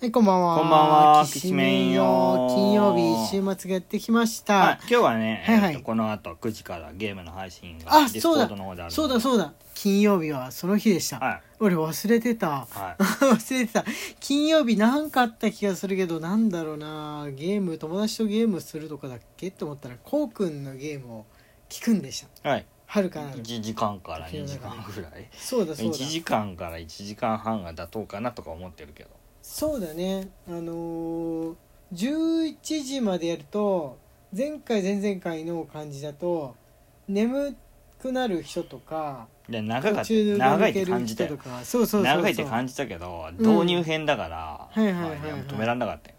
はい、こんばんは。こんばんはきしめんよ。きしめ金んよ曜日、週末がやってきましはたい。、今日はね、はいはいえーとこの後9時からゲームの配信があ、ディスそコうーだドの方である。そうだ、そうだ。金曜日はその日でした。はい俺忘れてた。 はい忘れてた。金曜日なんかあった気がするけど、なんだろうな。ゲーム、友達とゲームするとかだっけって思ったら、こうくんのゲームを聞くんでした。はいはるかなる。 1時間から2時間ぐらいそうだ、そう1だ。時間から1時間半が妥当かなとか思ってるけどそうだねあのー、11時までやると前回前々回の感じだと眠くなる人とかで長かったで長抜いってけ感るじた人とよかそうそうそうそう長いって感じたけど導入編だからうんはいはいはいはいまあや止めらんなかったよ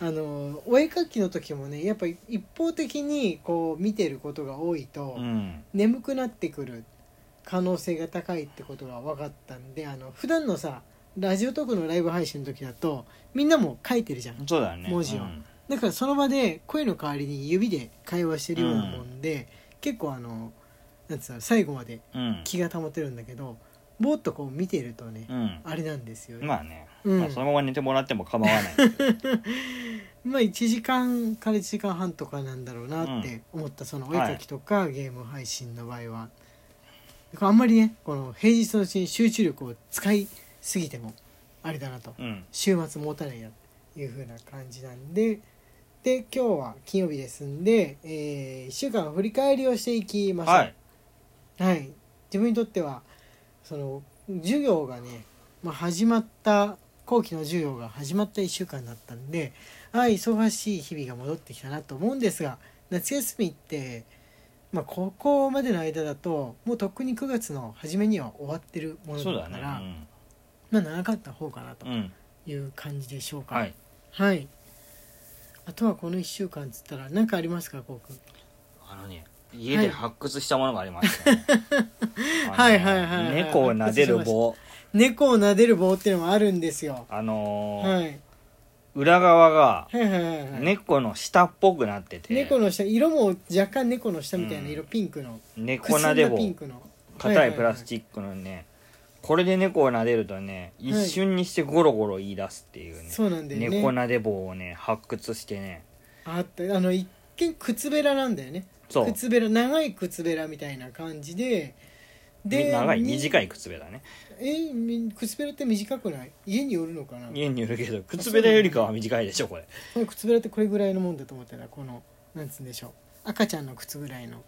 あのーお絵描きの時もねやっぱ一方的にこう見てることが多いと、うん眠くなってくる可能性が高いってことが分かったんであの普段のさラジオトークのライブ配信の時だとみんなも書いてるじゃんそうだね文字をうんだからその場で声の代わりに指で会話してるようなもんで、結構あのなんつうの最後までうん気が保てるんだけどぼーっとこう見てるとね、うんあれなんですよ、まあねうんまあそのまま寝てもらっても構わないけどまあ1時間から1時間半とかなんだろうなって思った、そのお絵描きとかゲーム配信の場合は、あんまりねこの平日のうちに集中力を使いすぎてもあれだなとうん週末持たないなという風な感じなんでで今日は金曜日ですんで、え1週間振り返りをしていきましょう、はいはい自分にとってはその授業がね、まあ、始まった後期の授業が始まった1週間だったんでああ忙しい日々が戻ってきたなと思うんですが夏休みって、まあ、ここまでの間だともうとっくに9月の初めには終わってるものそうだだかねらまあ長かった方かなとうんうんいう感じでしょうか。はいはい。あとはこの1週間っつったら何かありますかこうくんあのね家で発掘したものがありましたねはは いはいはいはい猫を撫でる棒猫を撫でる棒っていうのもあるんですよ。あのーはい。裏側がはいはいはいはい。猫の下っぽくなってて猫の下色も若干猫の下みたいな色、ピンクの猫撫でくすんだピン棒クの硬いプラスチックのねこれで猫を撫でるとね一瞬にしてゴロゴロ言い出すっていうねそうなんだよね猫撫で棒をね発掘してねあったあの一見靴べらなんだよねそう靴べら長い靴べらみたいな感じでみ長いに短い靴べらねえみ靴べらって短くない家によるのかな家によるけど靴べらよりかは短いでしょこれこの靴べらってこれぐらいのもんだと思ったらこのなんつうんでしょう赤ちゃんの靴ぐらいの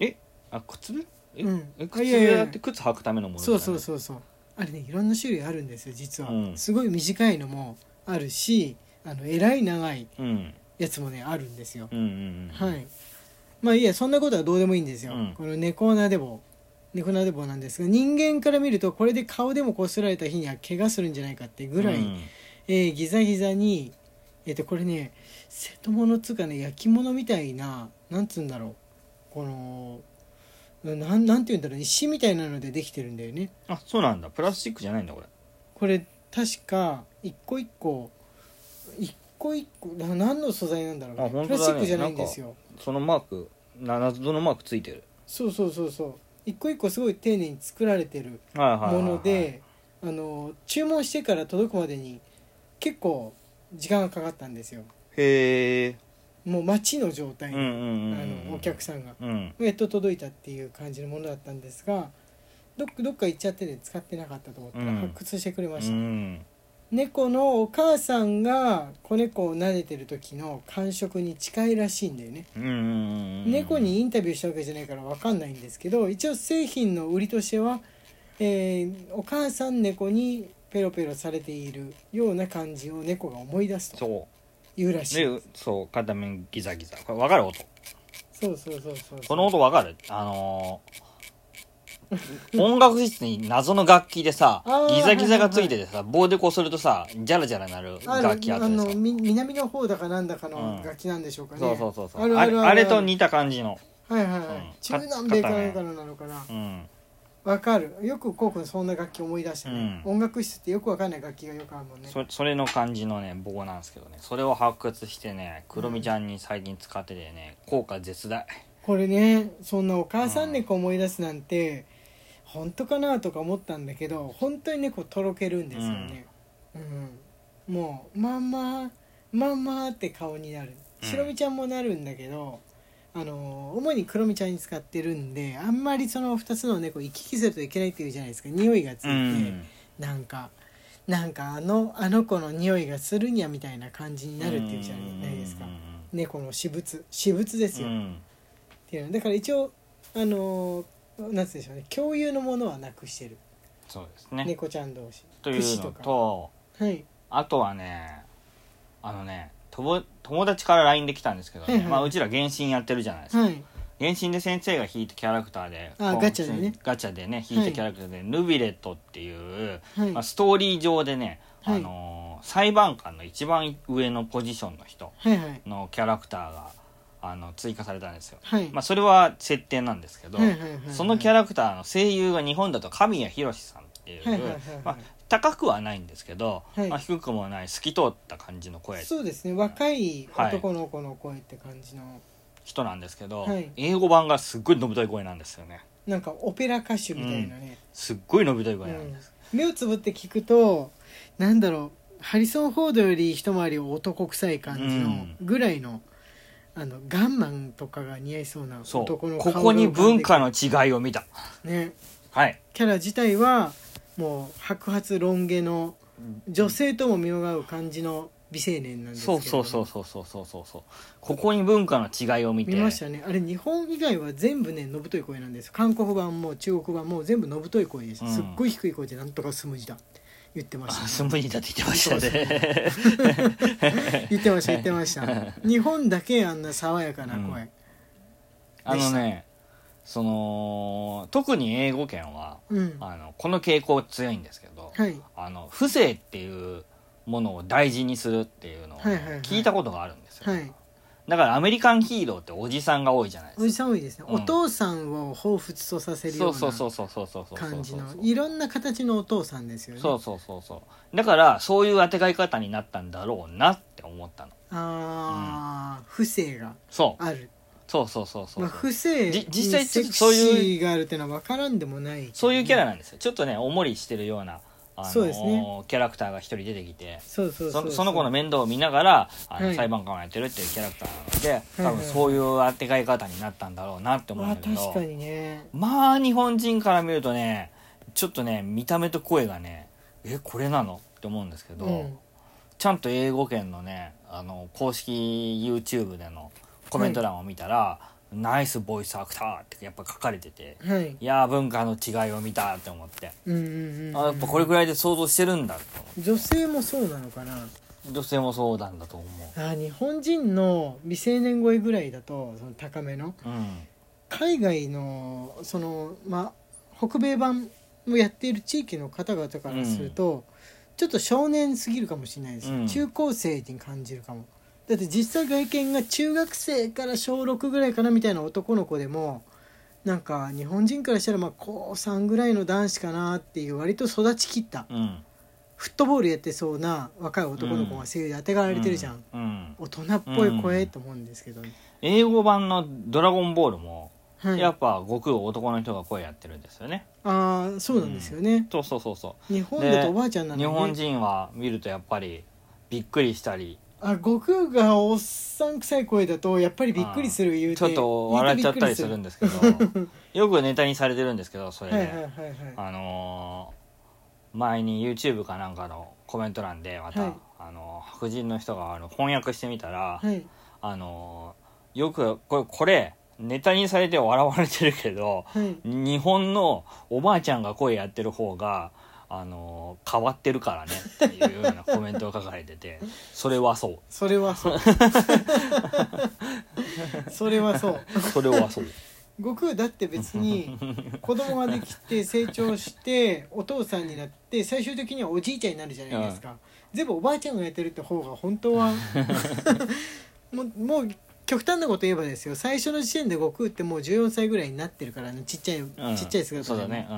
えあ靴べらえ,、うんえあ靴いやいやべらって靴履くためのものだねそうそうそうそうあれねいろんな種類あるんですよ実は、うんすごい短いのもあるしあのえらい長いうんやつもねあるんですよ、うんうんうんはいまあいいやそんなことはどうでもいいんですよ、うんこの猫なでぼ猫なでぼなんですが人間から見るとこれで顔でもこすられた日には怪我するんじゃないかってぐらい、うんえーギザギザに、えー、とこれね瀬戸物っつうかね焼き物みたいななんつうんだろうこのなんなんて言うんだろう石みたいなのでできてるんだよねあそうなんだプラスチックじゃないんだこれこれ確か一個一個一個一個な何の素材なんだろう、あね本当だねプラスチックじゃないんですよそのマーク謎のマークついてるそうそうそうそう一個一個すごい丁寧に作られてるはいはいはいもはいのであの注文してから届くまでに結構時間がかかったんですよへえもう待ちの状態うんに、うんうんあのお客さんがうんやっと届いたっていう感じのものだったんですがどっどっか行っちゃってて使ってなかったと思ったらうん発掘してくれました、うん猫のお母さんが子猫を撫でてる時の感触に近いらしいんだよね、うんうんうん猫にインタビューしたわけじゃないから分かんないんですけど一応製品の売りとしては、えーお母さん猫にペロペロされているような感じを猫が思い出すとそいうらうしいでそう片面ギザギザこれ分かる音そうそうそうそうこの音分かるあの ー音楽室に謎の楽器でさあーギザギザがついててさ棒でこうするとさジャラジャラなるあ楽器ああったでしのょみ南の方だかなんだかうのん楽器なんでしょうかね、そうそうそうそうあるあるれるあれと似た感じのはいはいはい、うん中南米かなんかのなのかなうんわかるよくこうくんそんな楽器思い出したね、うん音楽室ってよくわかんない楽器がよくあるもんねそそれの感じのね棒なんですけどねそれを発掘してねくるみちゃんに最近使っててね効果絶大これねそんなお母さん猫思い出すなんて、本当かなとか思ったんだけど本当に猫とろけるんですよね、うんもう「まんままんま」って顔になるうん白身ちゃんもなるんだけど、あの主に黒身ちゃんに使ってるんであんまりその2つの猫行き来するといけないっていうじゃないですか匂いがついて、うんなんかなんかあのあの子の匂いがするにゃみたいな感じになるっていうじゃないですか、うん猫の私物私物ですよ、うっんていうのだから一応あのーなんつうんでしょうね共有のものはなくしてるそうですね猫ちゃん同士という串のととかはいあとはねあのねとぼ友達から LINE で来たんですけどね、はいはいまあ、うちら原神やってるじゃないですか、はい原神で先生が引いたキャラクターであこうガチャでねガチャでね引いたキャラクターで、ヌビレットっていう、はいまあ、ストーリー上でね、はいあのー裁判官の一番上のポジションの人はいはいのキャラクターがあの追加されたんですよ、はいまあ、それは設定なんですけど、はいはいはいはいそのキャラクターの声優が日本だと神谷浩史さんっていう、はいはいはいはいまあ、高くはないんですけど、はいまあ、低くもない透き通った感じの声そうですね若い男の子の声って感じの、人なんですけど、はい英語版がすっごいのび太い声なんですよねなんかオペラ歌手みたいなね、すっごいのび太いう声んなんです、目をつぶって聞くとなんだろうハリソン・フォードより一回り男臭い感じうのんぐらいの,、あのガンマンとかが似合いそうなそう男のこ顔がこに文化浮の違いを見たかんでくるねはいキャラ自体はもう白髪ロン毛の女性とも見よがう感じの美青年なんですけそどうそうそうそうそうそうそうそうここに文化の違いを見て見ましたねあれ日本以外は全部ねのぶとい声なんです韓国版も中国版も全部のぶとい声です、うんすっごい低い声でなんとかスムジだ言ってまあした スムージーだって言ってましたね 言ってました言ってました日本だけあんな爽やかな声、 あのねその特に英語圏はうんあのこの傾向強いんですけど、はいあの不正っていうものを大事にするっていうのをはいはいはい聞いたことがあるんですよ、はいだからアメリカンヒーローっておじさんが多いじゃないおでじすかさん多いですね、うんお父さんを彷彿とさせるそようそうそううそうそうそうそうなそう感じのそういろんな形のお父さんですよねそうそうそうそうだからそういう当てがい方になったんだろうなって思ったのああ、不正がそうあるそうそうそうそう、まあ、不正じに実際ちセょっとクシそういうーがあるってのは分からんでもないけどね、そういうキャラなんですよちょっとねおもりしてるようなあのーそうですねキャラクターが一人出てきてそうそうそうそうその子の面倒を見ながらあの、はい裁判官をやってるっていうキャラクターなはのいで多はい分そういう当てがい方になったんだろうなって思うんまあだけど確かにねまあ日本人から見るとねちょっとね見た目と声がねえこれなのって思うんですけど、うんちゃんと英語圏のねあの公式 YouTube でのコメント欄を見たら「ナイスボイスアクター」ってやっぱ書かれててはいいやー文化の違いを見たって思って、うんうんうんあやっぱこれぐらいで想像してるんだって思って女性もそうなのかな女性もそうなんだと思あー日本人の未成年超えぐらいだとその高めのううん海外のそのまあ北米版もやっている地域の方々からすると、ちょっと少年すぎるかもしれないです、うん中高生に感じるかもだって実際外見が中学生から小6ぐらいかなみたいな男の子でもなんか日本人からしたらまあ高3ぐらいの男子かなっていう割と育ちきったうんフットボールやってそうな若い男の子が声優であてがわれてるじゃん、うん、うん大人っぽい声と思うんですけど、ね英語版の「ドラゴンボールも」はい、やあっぱ悟空男の人が声やってるんですよねあーそうなんですよね、そうそうそうそう日本だとおばあちゃんなの日に、ね、本人は見るとやっぱりびっくりしたりあ悟空がおっさん臭い声だとやっぱりびっくりする言うてちょっと笑っちゃったりするんですけど よくネタにされてるんですけどそれで、はいはいはいはあのー前に YouTube かなんかのコメント欄でまた、はいあのー白人の人があの翻訳してみたら、いはいあのーよくこれこれネタにされて笑われてるけどはい日本のおばあちゃんが声やってる方が、あのー変わってるからねっていうようなコメントが書かれてて それは そうそれはそう それはそうそれはそう悟空だって別 に子供ができて成長してお父さんになって最終的にはおじいちゃんになるじゃないですか、全部おばあちゃんがやってるって方が本当 はもうもう極端なこと言えばですよ最初の時点で悟空ってもう14歳ぐらいになってるからねちっちゃい、うんちっちゃい姿そうでだね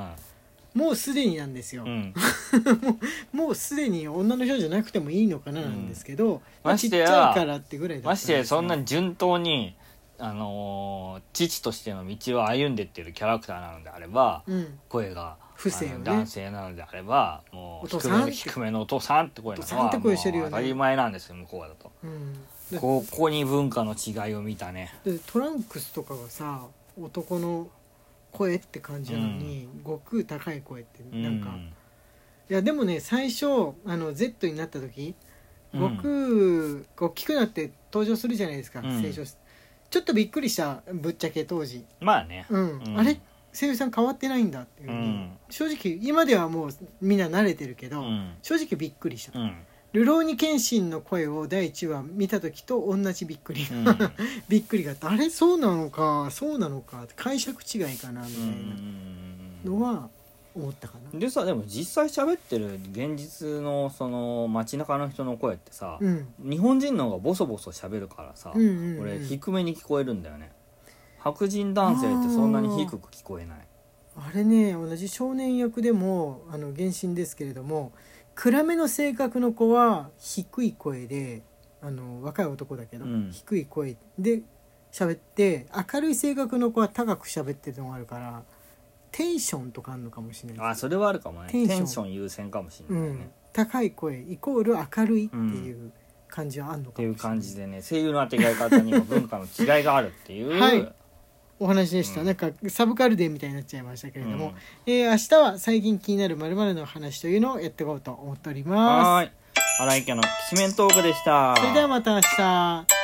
もうすでになんですよ、うん、うん、もうすでに女の人じゃなくてもいいのかななんですけど、まあましてやちっちゃいからってぐらいだったましてそんなに順当にあのー父としての道を歩んでってるキャラクターなのであればうん声が不正をあのね男性なのであればもうお父低さめんの低めのお父さんって声なのお父さんっはても声うしてるよね当たり前なんですよ向こうだとうんだこうここに文化の違いを見たねでトランクスとかがさ男の声って感じなのに、悟空高い声ってなんか、ういやでもね最初あの Z になった時うん悟空が大きくなって登場するじゃないですか、うん成長しちょっとびっくりしたぶっちゃけ当時、まあねうんうんあれ声優さん変わってないんだっていううふうに、ん正直今ではもうみんな慣れてるけうど、ん正直びっくりしたう。ん流浪に謙信の声を第1話見た時と同じびっくり、うんうびっくりがあったあれそうなのかそうなのか解釈違いかなみたいなんのは思ったかなでさでも実際喋ってる現実のその街中の人の声ってさ、うん日本人の方がボソボソ喋るからさ、うんうんうん俺低めに聞こえるんだよね白人男性ってそんなに低く聞こえないあれね同じ少年役でもあの原神ですけれども暗めの性格の子は低い声であの若い男だけど、うん低い声で喋って明るい性格の子は高く喋ってるのがあるからテンションとかあるのかもしれないですねあそれはあるかもねテテンションンション優先かもしうれないね、んっ、高い声イコール明るいっていう感じはあんのかていもうしれない、感じでね声優の当てがい方にも文化の違いがあるっていう、はいお話でした、うんなんかサブカルデーみたいになっちゃいましたけれども、うんえー明日は最近気になるまるの話というのをやっていこうと思っておりはまーい荒井家のきしめんトークでしたすそれではまた明日